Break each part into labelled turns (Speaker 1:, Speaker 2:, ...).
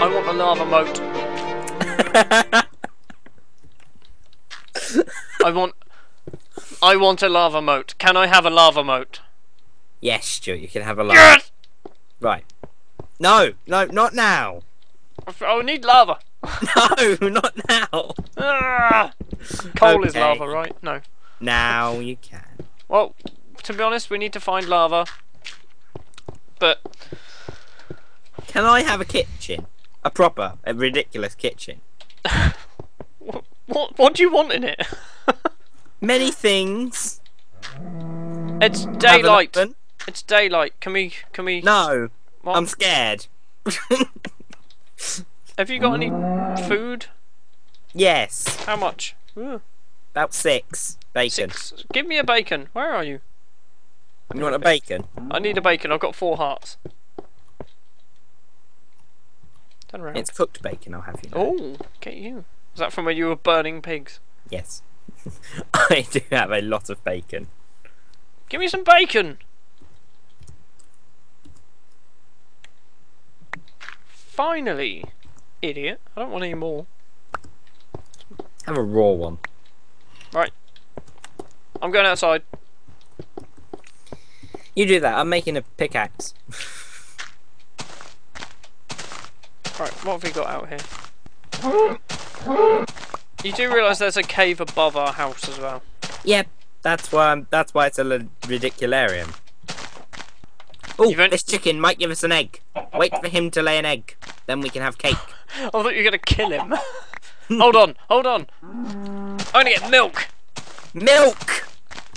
Speaker 1: I want the lava moat. I want. I want a lava moat. Can I have a lava moat?
Speaker 2: Yes, Stuart, you can have a laugh.
Speaker 1: Yes.
Speaker 2: Right. No, no, not now.
Speaker 1: Oh, I need lava.
Speaker 2: No, not now.
Speaker 1: Ah! Coal is
Speaker 2: Okay.
Speaker 1: lava, right? No.
Speaker 2: Now you can.
Speaker 1: Well, to be honest, we need to find lava. But
Speaker 2: Can I have a kitchen? A proper, a ridiculous kitchen.
Speaker 1: what? What, what do you want in it?
Speaker 2: Many things.
Speaker 1: it's
Speaker 2: Have an
Speaker 1: daylight.
Speaker 2: oven.
Speaker 1: It's daylight. Can we? Can we?
Speaker 2: No,
Speaker 1: What?
Speaker 2: I'm scared.
Speaker 1: Have you got any food?
Speaker 2: yes,
Speaker 1: How much? Ooh,
Speaker 2: about six bacon.
Speaker 1: six. Give me a bacon. Where are you?
Speaker 2: You want a bacon?
Speaker 1: I need a bacon. I've got four hearts. Turn around.
Speaker 2: It's cooked bacon. I'll have you. Know.
Speaker 1: oh, get you. Is that from where you were burning pigs?
Speaker 2: Yes. I do have a lot of bacon.
Speaker 1: Give me some bacon. Finally, idiot. I don't want any more.
Speaker 2: Have a raw one.
Speaker 1: Right. I'm going outside.
Speaker 2: You do that. I'm making a pickaxe.
Speaker 1: Right, what have we got out here? You do realise there's a cave above our house as well.
Speaker 2: Yep. That's why. I'm, that's why it's a li- ridicularium. Oh,
Speaker 1: You've only-
Speaker 2: this chicken might give us an egg. Wait for him to lay an egg, then we can have cake.
Speaker 1: I thought you were going to kill him. hold on, hold on. I'm going to get milk.
Speaker 2: Milk.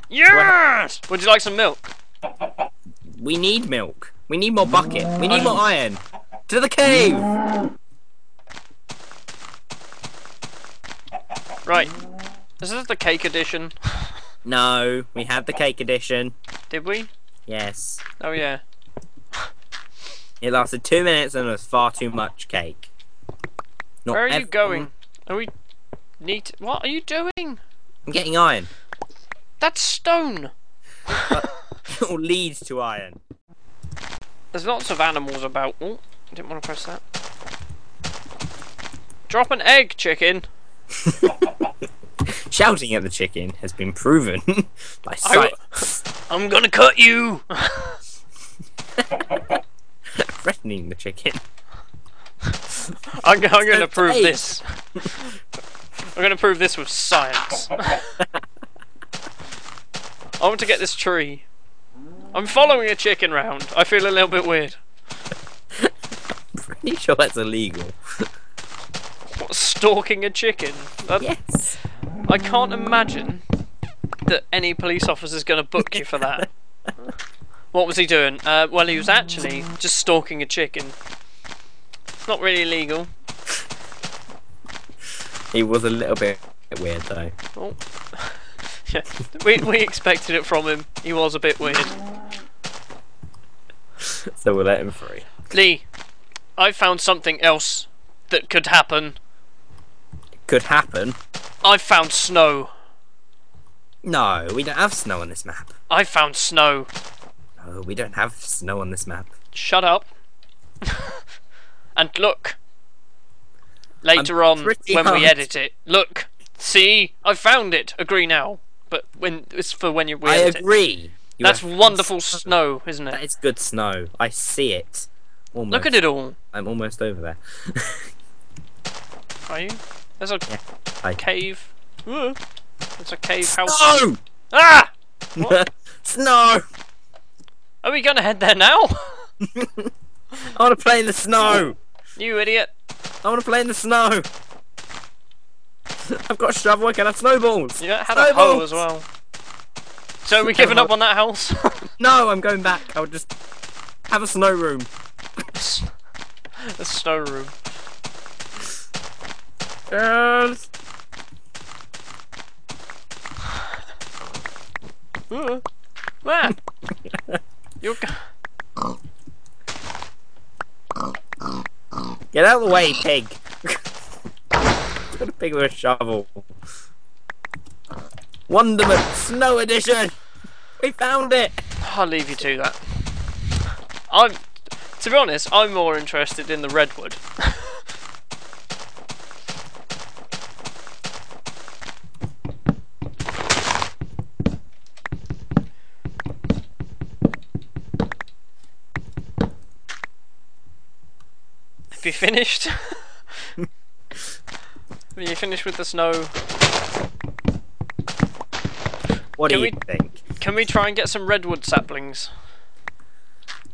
Speaker 1: Yes! Would you like some milk?
Speaker 2: We need milk. We need more bucket. We need more iron. To the cave.
Speaker 1: Right. This is the cake edition.
Speaker 2: No, we had the cake edition.
Speaker 1: Did we?
Speaker 2: Yes.
Speaker 1: Oh, yeah.
Speaker 2: It lasted two minutes and it was far too much cake. Not
Speaker 1: Where are you
Speaker 2: everyone-
Speaker 1: going? Are we. Need. to- What are you doing?
Speaker 2: I'm getting iron.
Speaker 1: That's stone.
Speaker 2: it all leads to iron.
Speaker 1: There's lots of animals about. Oh, I didn't want to press that. Drop an egg, chicken.
Speaker 2: Shouting at the chicken has been proven by
Speaker 1: I
Speaker 2: science.
Speaker 1: I'm gonna cut you.
Speaker 2: Threatening the chicken.
Speaker 1: I'm, I'm gonna prove
Speaker 2: Hey.
Speaker 1: this. I'm gonna prove this with science. I want to get this tree. I'm following a chicken round. I feel a little bit weird.
Speaker 2: Pretty sure that's illegal.
Speaker 1: What, stalking a chicken? That-
Speaker 2: Yes.
Speaker 1: I can't imagine that any police officer's gonna book you for that. what was he doing? Uh, well, he was actually just stalking a chicken. It's not really illegal.
Speaker 2: It was a little bit weird though.
Speaker 1: Oh. yeah, we, we expected it from him. He was a bit weird.
Speaker 2: So we'll let him free.
Speaker 1: Lee, I found something else that could happen.
Speaker 2: Could happen.
Speaker 1: I found snow.
Speaker 2: No, we don't have snow on this map.
Speaker 1: I found snow.
Speaker 2: No, we don't have snow on this map.
Speaker 1: Shut up. and look. Later
Speaker 2: I'm
Speaker 1: on,
Speaker 2: pretty
Speaker 1: when we
Speaker 2: hard.
Speaker 1: edit it, look. See, I found it. Agree now. But when it's for when you we
Speaker 2: I
Speaker 1: edit it.
Speaker 2: agree. You
Speaker 1: That's
Speaker 2: have-
Speaker 1: wonderful snow, isn't
Speaker 2: That
Speaker 1: it?
Speaker 2: is good snow. I see it. Almost.
Speaker 1: Look at it all.
Speaker 2: I'm almost over there.
Speaker 1: Are you? There's a
Speaker 2: I-
Speaker 1: cave. Ooh. It's a cave house.
Speaker 2: Snow!
Speaker 1: Ah!
Speaker 2: snow!
Speaker 1: Are we gonna head there now?
Speaker 2: I want to play in the snow!
Speaker 1: you idiot.
Speaker 2: I want to play in the snow! I've got a shovel. I can have snowballs.
Speaker 1: You had a hoe as well. So we giving up on that house?
Speaker 2: No, I'm going back. I'll just have a snow room.
Speaker 1: the snow room.
Speaker 2: Yes.
Speaker 1: Ooh. Ah. You're g-
Speaker 2: Get out of the way, pig. Got a pig with a shovel. Wonderment Snow Edition. We found it.
Speaker 1: I'll leave you to that. I'm, to be honest, I'm more interested in the redwood. Have you finished? Have you finished with the snow?
Speaker 2: What
Speaker 1: Can
Speaker 2: do
Speaker 1: we-
Speaker 2: you think?
Speaker 1: Can we try and get some redwood saplings?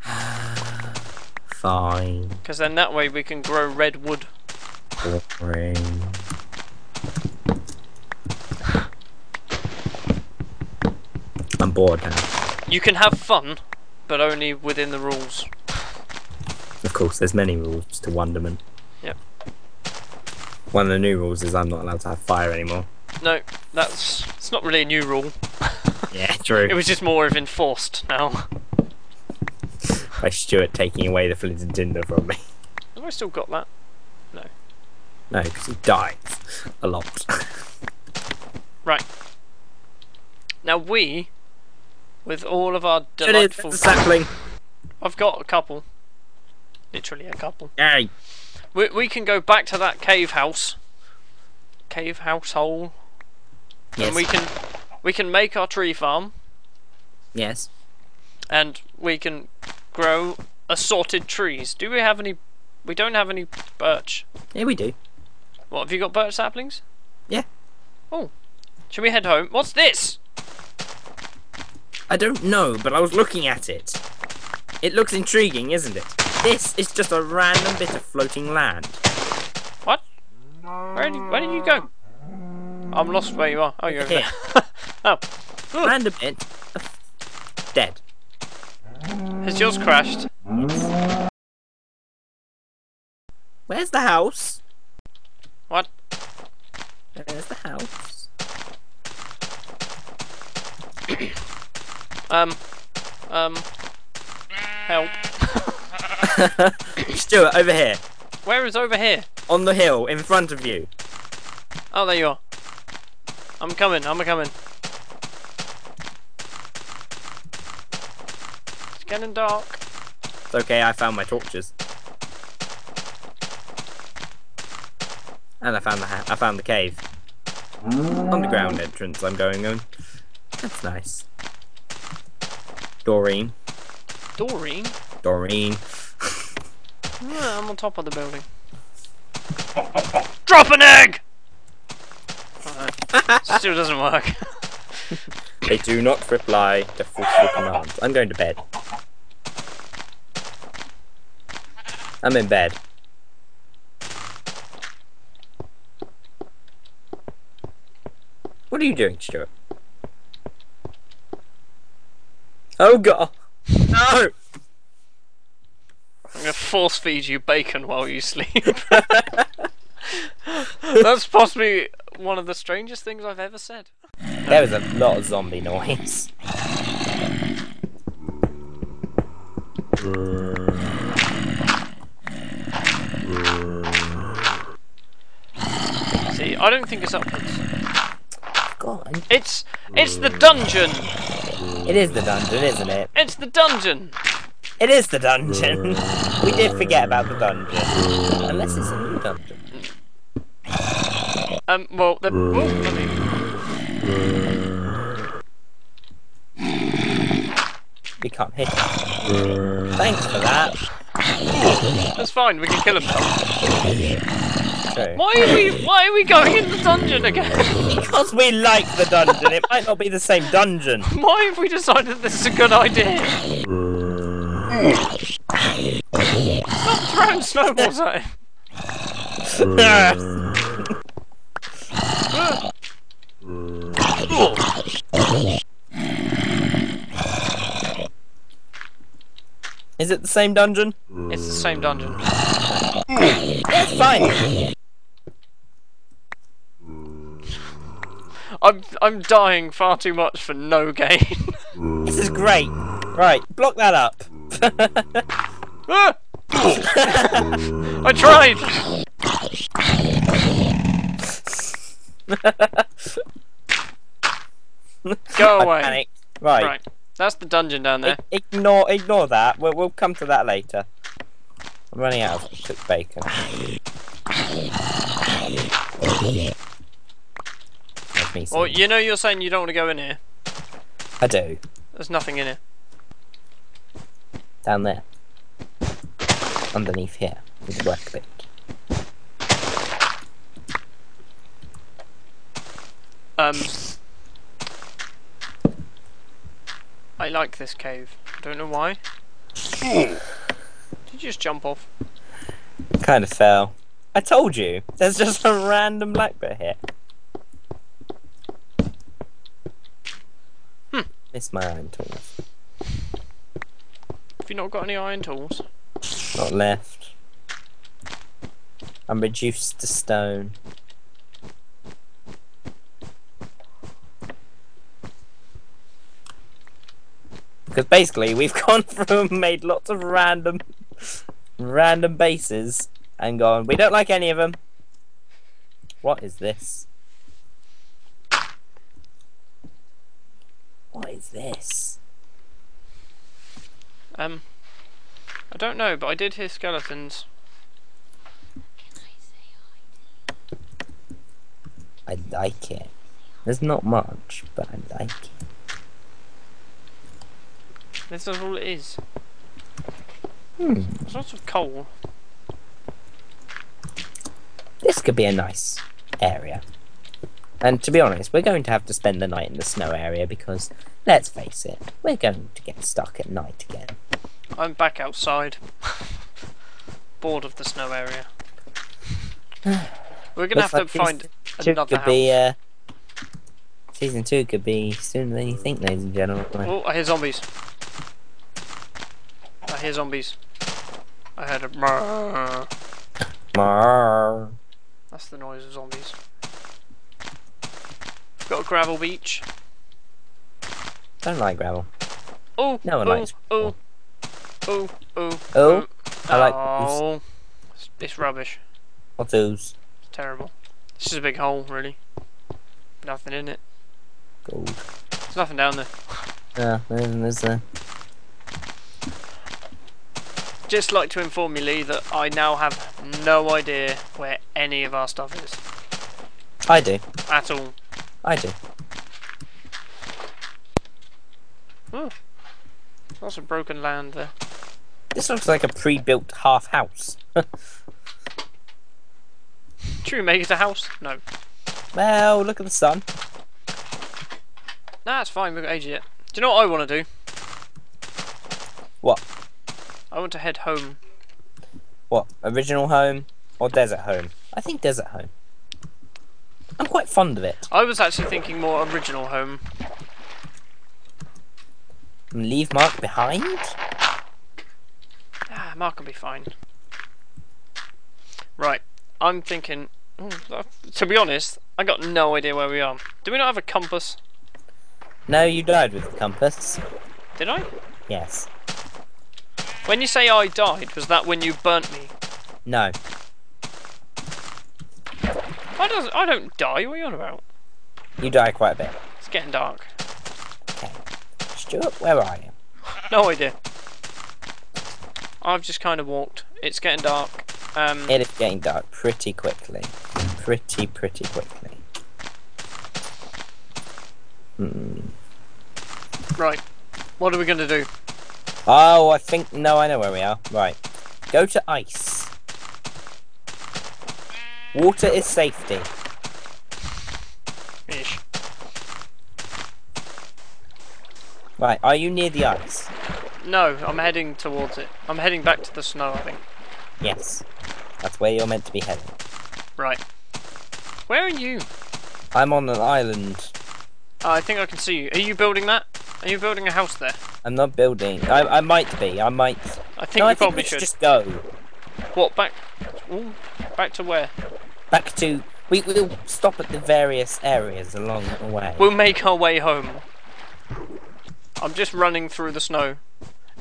Speaker 2: Fine.
Speaker 1: Because then that way we can grow redwood.
Speaker 2: Boring. I'm bored now.
Speaker 1: You can have fun, but only within the rules.
Speaker 2: Of course, there's many rules to Wonderment.
Speaker 1: Yep.
Speaker 2: One of the new rules is I'm not allowed to have fire anymore.
Speaker 1: No, that's it's not really a new rule.
Speaker 2: Yeah, true.
Speaker 1: It was just more of enforced now.
Speaker 2: by Stuart taking away the flinted tinder from me.
Speaker 1: Have I still got that?
Speaker 2: No, because he dies a lot.
Speaker 1: Now we, with all of our
Speaker 2: It is
Speaker 1: delightful,
Speaker 2: a sapling.
Speaker 1: I've got a couple, literally a couple.
Speaker 2: Yay!
Speaker 1: We we can go back to that cave house, cave house hole,
Speaker 2: Yes.
Speaker 1: and we can we can make our tree farm,
Speaker 2: yes.
Speaker 1: and we can grow assorted trees. Do we have any? We don't have any birch.
Speaker 2: Yeah, we do.
Speaker 1: What have you got? Birch saplings?
Speaker 2: Yeah.
Speaker 1: Oh, should we head home? What's this?
Speaker 2: I don't know, but I was looking at it. It looks intriguing, isn't it? This is just a random bit of floating land.
Speaker 1: What? Where did, where did you go? I'm lost where you are. Oh, you're over
Speaker 2: Here.
Speaker 1: there. oh,
Speaker 2: Random bit of dead.
Speaker 1: has yours crashed?
Speaker 2: Where's the house?
Speaker 1: What?
Speaker 2: Where's the house?
Speaker 1: Um, um, help.
Speaker 2: Stuart, over here.
Speaker 1: Where is over here?
Speaker 2: On the hill, in front of you.
Speaker 1: Oh, there you are. I'm coming. I'm coming. It's getting dark.
Speaker 2: It's okay, I found my torches. And I found the ha- I found the cave. Underground entrance I'm going on. That's nice. Doreen.
Speaker 1: Doreen.
Speaker 2: Doreen.
Speaker 1: Yeah, I'm on top of the building. Drop an egg! Uh, still doesn't work.
Speaker 2: They do not reply to forceful commands. I'm going to bed. I'm in bed. What are you doing, Stuart? Oh god! No!
Speaker 1: I'm gonna force feed you bacon while you sleep. That's possibly one of the strangest things I've ever said.
Speaker 2: There was a lot of zombie noise.
Speaker 1: See, I don't think it's upwards.
Speaker 2: God,
Speaker 1: It's it's the dungeon.
Speaker 2: it is the dungeon, isn't it?
Speaker 1: It's the dungeon.
Speaker 2: It is the dungeon. we did forget about the dungeon. Unless it's a new dungeon.
Speaker 1: Um, well, the oh, I mean,
Speaker 2: We can't hit it. Thanks for that.
Speaker 1: that's fine. We can kill him. now.
Speaker 2: True.
Speaker 1: Why are we why are we going in the dungeon again?
Speaker 2: Because we like the dungeon, it might not be the same dungeon.
Speaker 1: Why have we decided this is a good idea? Stop throwing snowballs at him.
Speaker 2: Yes. Is it the same dungeon?
Speaker 1: It's the same dungeon.
Speaker 2: That's fine.
Speaker 1: I'm I'm dying far too much for no gain.
Speaker 2: This is great. Right, block that up.
Speaker 1: Ah! I tried. Go
Speaker 2: I
Speaker 1: away.
Speaker 2: panicked. Right.
Speaker 1: Right, that's the dungeon down there.
Speaker 2: I- ignore, ignore that. We'll, we'll come to that later. I'm running out of cooked bacon. That's me
Speaker 1: Well,
Speaker 2: singing.
Speaker 1: you know you're saying you don't want to go in here.
Speaker 2: I do.
Speaker 1: There's nothing in here.
Speaker 2: Down there. Underneath here. With the left click.
Speaker 1: Um, I like this cave. I don't know why. Did you just jump off?
Speaker 2: Kind of fell. I told you. There's just a random blackbird here.
Speaker 1: Hmm.
Speaker 2: Miss my iron tool.
Speaker 1: Have you not got any iron tools?
Speaker 2: Not left. I'm reduced to stone. Because basically, we've gone through and made lots of random, random bases and gone. We don't like any of them. What is this? What is this?
Speaker 1: Um, I don't know, but I did hear skeletons.
Speaker 2: I like it. There's not much, but I like it.
Speaker 1: This is all it is.
Speaker 2: Hmm.
Speaker 1: There's lots of coal.
Speaker 2: this could be a nice area. And to be honest, we're going to have to spend the night in the snow area because, let's face it, we're going to get stuck at night again.
Speaker 1: I'm back outside. Bored of the snow area. We're gonna
Speaker 2: Looks
Speaker 1: have
Speaker 2: like
Speaker 1: to find
Speaker 2: Two
Speaker 1: another
Speaker 2: could
Speaker 1: house.
Speaker 2: be, uh, season two could be sooner than you think, ladies and gentlemen.
Speaker 1: Oh, I hear zombies. I hear zombies. I heard a. brrrr.
Speaker 2: Marr.
Speaker 1: That's the noise of zombies. Got a gravel beach.
Speaker 2: Don't like gravel.
Speaker 1: Oh,
Speaker 2: No one
Speaker 1: oh,
Speaker 2: likes
Speaker 1: oh, oh, oh,
Speaker 2: Oh, I like these.
Speaker 1: oh. It's, it's rubbish.
Speaker 2: What's those?
Speaker 1: It's terrible. It's just a big hole, really. Nothing in it.
Speaker 2: Gold.
Speaker 1: There's nothing down there.
Speaker 2: Uh, then there's the.
Speaker 1: Just like to inform you, Lee, that I now have no idea where any of our stuff is
Speaker 2: I do.
Speaker 1: at all.
Speaker 2: I do.
Speaker 1: Oh. Lots of broken land there.
Speaker 2: This looks like a pre built half house.
Speaker 1: Should we make it a house? No.
Speaker 2: well, look at the sun.
Speaker 1: Nah, it's fine. We've got ages yet. Do you know what I want to do?
Speaker 2: What?
Speaker 1: I want to head home.
Speaker 2: What? Original home or desert home? I think desert home. I'm quite fond of it.
Speaker 1: I was actually thinking more original home.
Speaker 2: And leave Mark behind?
Speaker 1: Ah, Mark will be fine. Right. I'm thinking. Ooh, that- To be honest, I got no idea where we are. Do we not have a compass?
Speaker 2: No, you died with the compass.
Speaker 1: Did I?
Speaker 2: Yes.
Speaker 1: When you say I died, was that when you burnt me?
Speaker 2: No.
Speaker 1: I don't. I don't die. What are you on about?
Speaker 2: You die quite a bit.
Speaker 1: It's getting dark.
Speaker 2: Stuart, where are you?
Speaker 1: No idea. I've just kind of walked. It's getting dark. Um,
Speaker 2: It is getting dark pretty quickly. Pretty, pretty quickly.
Speaker 1: right. What are we gonna do?
Speaker 2: Oh, I think. No, I know where we are. Right. Go to ice. Water is safety.
Speaker 1: Ish.
Speaker 2: Right, are you near the ice?
Speaker 1: No, I'm heading towards it. I'm heading back to the snow, I think.
Speaker 2: Yes. That's where you're meant to be heading.
Speaker 1: Right. Where are you?
Speaker 2: I'm on an island.
Speaker 1: Uh, I think I can see you. Are you building that? Are you building a house there?
Speaker 2: I'm not building. I, I might be. I might.
Speaker 1: I think
Speaker 2: No,
Speaker 1: you
Speaker 2: I think
Speaker 1: probably
Speaker 2: we should
Speaker 1: should.
Speaker 2: just go
Speaker 1: What back? Ooh, back to where?
Speaker 2: back to. We will stop at the various areas along the way.
Speaker 1: We'll make our way home. I'm just running through the snow.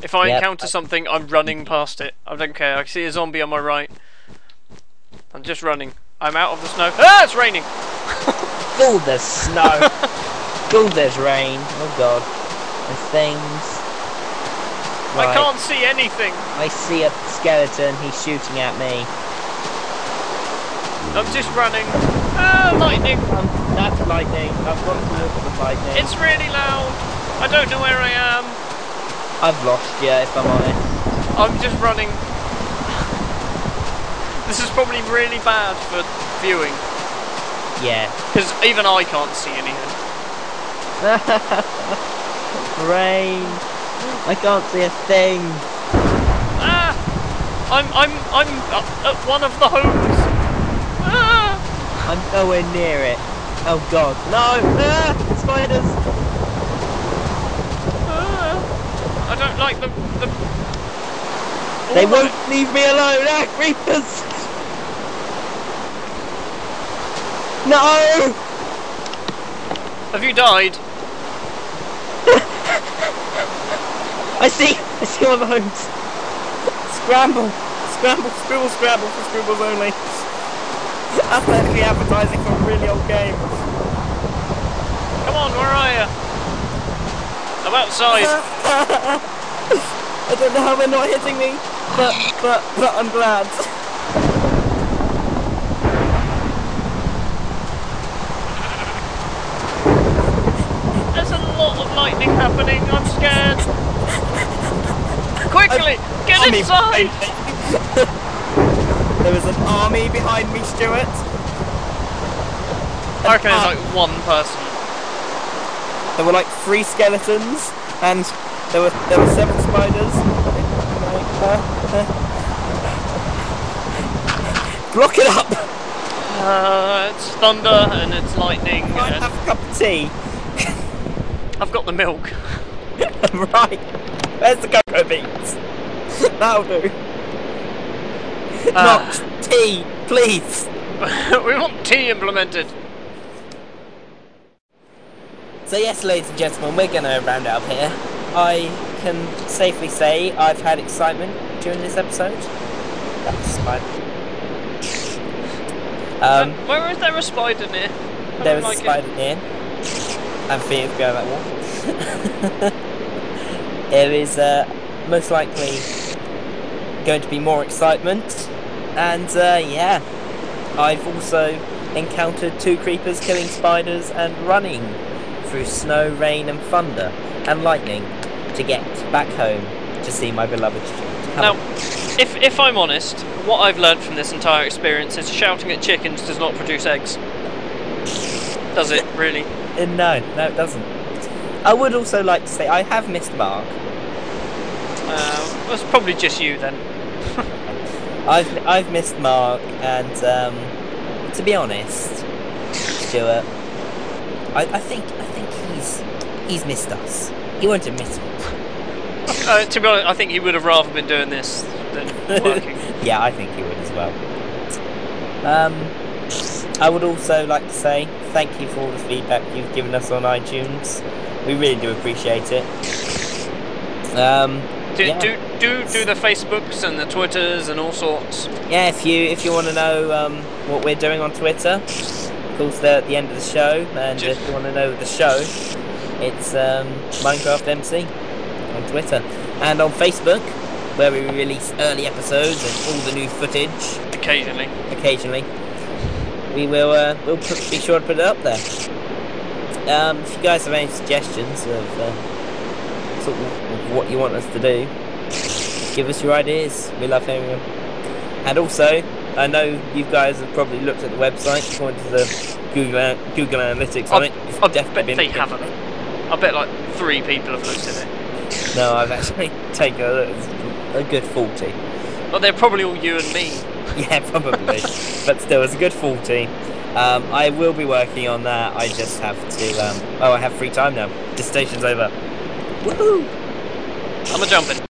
Speaker 1: If I
Speaker 2: Yep.
Speaker 1: encounter something, I'm running past it. I don't care. I see a zombie on my right. I'm just running. I'm out of the snow. Ah, it's raining.
Speaker 2: All there's snow. all there's rain. Oh God. There's things.
Speaker 1: I
Speaker 2: Right,
Speaker 1: can't see anything.
Speaker 2: I see a skeleton. He's shooting at me.
Speaker 1: I'm just running. Ah, lightning.
Speaker 2: Um, that's lightning. I've got to look at the lightning.
Speaker 1: It's really loud. I don't know where I am.
Speaker 2: I've lost you, if I'm honest.
Speaker 1: I'm just running. This is probably really bad for viewing
Speaker 2: Yeah.
Speaker 1: because even I can't see anything.
Speaker 2: Rain. I can't see a thing.
Speaker 1: Ah! I'm I'm I'm uh, at one of the homes. Ah!
Speaker 2: I'm nowhere near it. Oh god. No! Ah, spiders!
Speaker 1: ah. I don't like the the.
Speaker 2: They
Speaker 1: all of
Speaker 2: won't leave me alone! Ah, creepers! No!
Speaker 1: it. Have you died?
Speaker 2: I see! I see all the homes! Scramble! Scramble, scribble, scramble for scribbles only. That's actually advertising for a really old game.
Speaker 1: Come on, where are you? I'm outside.
Speaker 2: I don't know how they're not hitting me, but but but I'm glad.
Speaker 1: There's a lot of lightning happening. I'm scared. Quickly, get
Speaker 2: Army
Speaker 1: inside.
Speaker 2: There is an army behind me, Stuart.
Speaker 1: I reckon there's like one person.
Speaker 2: There were like three skeletons, and there were there were seven spiders. Block it up.
Speaker 1: Uh, it's thunder and it's lightning.
Speaker 2: I
Speaker 1: And
Speaker 2: have a cup of tea.
Speaker 1: I've got the milk.
Speaker 2: right. Where's the cocoa beans? That'll do.
Speaker 1: Ah.
Speaker 2: Not tea, please.
Speaker 1: we want tea implemented.
Speaker 2: So yes, ladies and gentlemen, we're gonna round it up here. I can safely say I've had excitement during this episode. That's fine. Um,
Speaker 1: Uh, Where is there a spider near? I
Speaker 2: there
Speaker 1: don't
Speaker 2: was
Speaker 1: like
Speaker 2: a
Speaker 1: it.
Speaker 2: spider here, and fear go that wall. there is uh, most likely going to be more excitement, and uh, yeah, I've also encountered two creepers killing spiders and running through snow, rain, and thunder and lightning to get back home to see my beloved Stuart.
Speaker 1: Now,
Speaker 2: How-
Speaker 1: if if I'm honest, what I've learned from this entire experience is shouting at chickens does not produce eggs. Does it really?
Speaker 2: Uh, no, no, it doesn't. I would also like to say I have missed Mark.
Speaker 1: Uh, well, it's probably just you then.
Speaker 2: I've I've missed Mark, and um, to be honest, Stuart, I, I think I think he's he's missed us. He won't admit it.
Speaker 1: Uh, to be honest, I think he would have rather been doing this than working.
Speaker 2: yeah, I think he would as well. Um, I would also like to say thank you for all the feedback you've given us on iTunes. We really do appreciate it. Um,
Speaker 1: Do,
Speaker 2: Yeah.
Speaker 1: do do do the Facebooks and the Twitters and all sorts.
Speaker 2: yeah, if you if you want to know um, what we're doing on Twitter, of course they're at the end of the show, and
Speaker 1: Just-
Speaker 2: if you want to know the show, it's um, Minecraft MC on Twitter and on Facebook, where we release early episodes and all the new footage
Speaker 1: Occasionally,
Speaker 2: occasionally. We will uh, we'll put, be sure to put it up there. Um, if you guys have any suggestions of uh, sort of of what you want us to do, give us your ideas. We love hearing them. And also, I know you guys have probably looked at the website, according to the Google An- Google Analytics on
Speaker 1: I,
Speaker 2: it. It's
Speaker 1: I
Speaker 2: definitely
Speaker 1: bet
Speaker 2: been
Speaker 1: they
Speaker 2: looking-
Speaker 1: haven't. I bet like three people have looked at it,
Speaker 2: No, I've actually taken a, look. It's a good forty.
Speaker 1: but they're probably all you and me.
Speaker 2: Yeah, probably. but still, it's a good 40. Um, I will be working on that. I just have to. Um, oh, I have free time now. The station's over. Woohoo!
Speaker 1: I'm a jumping.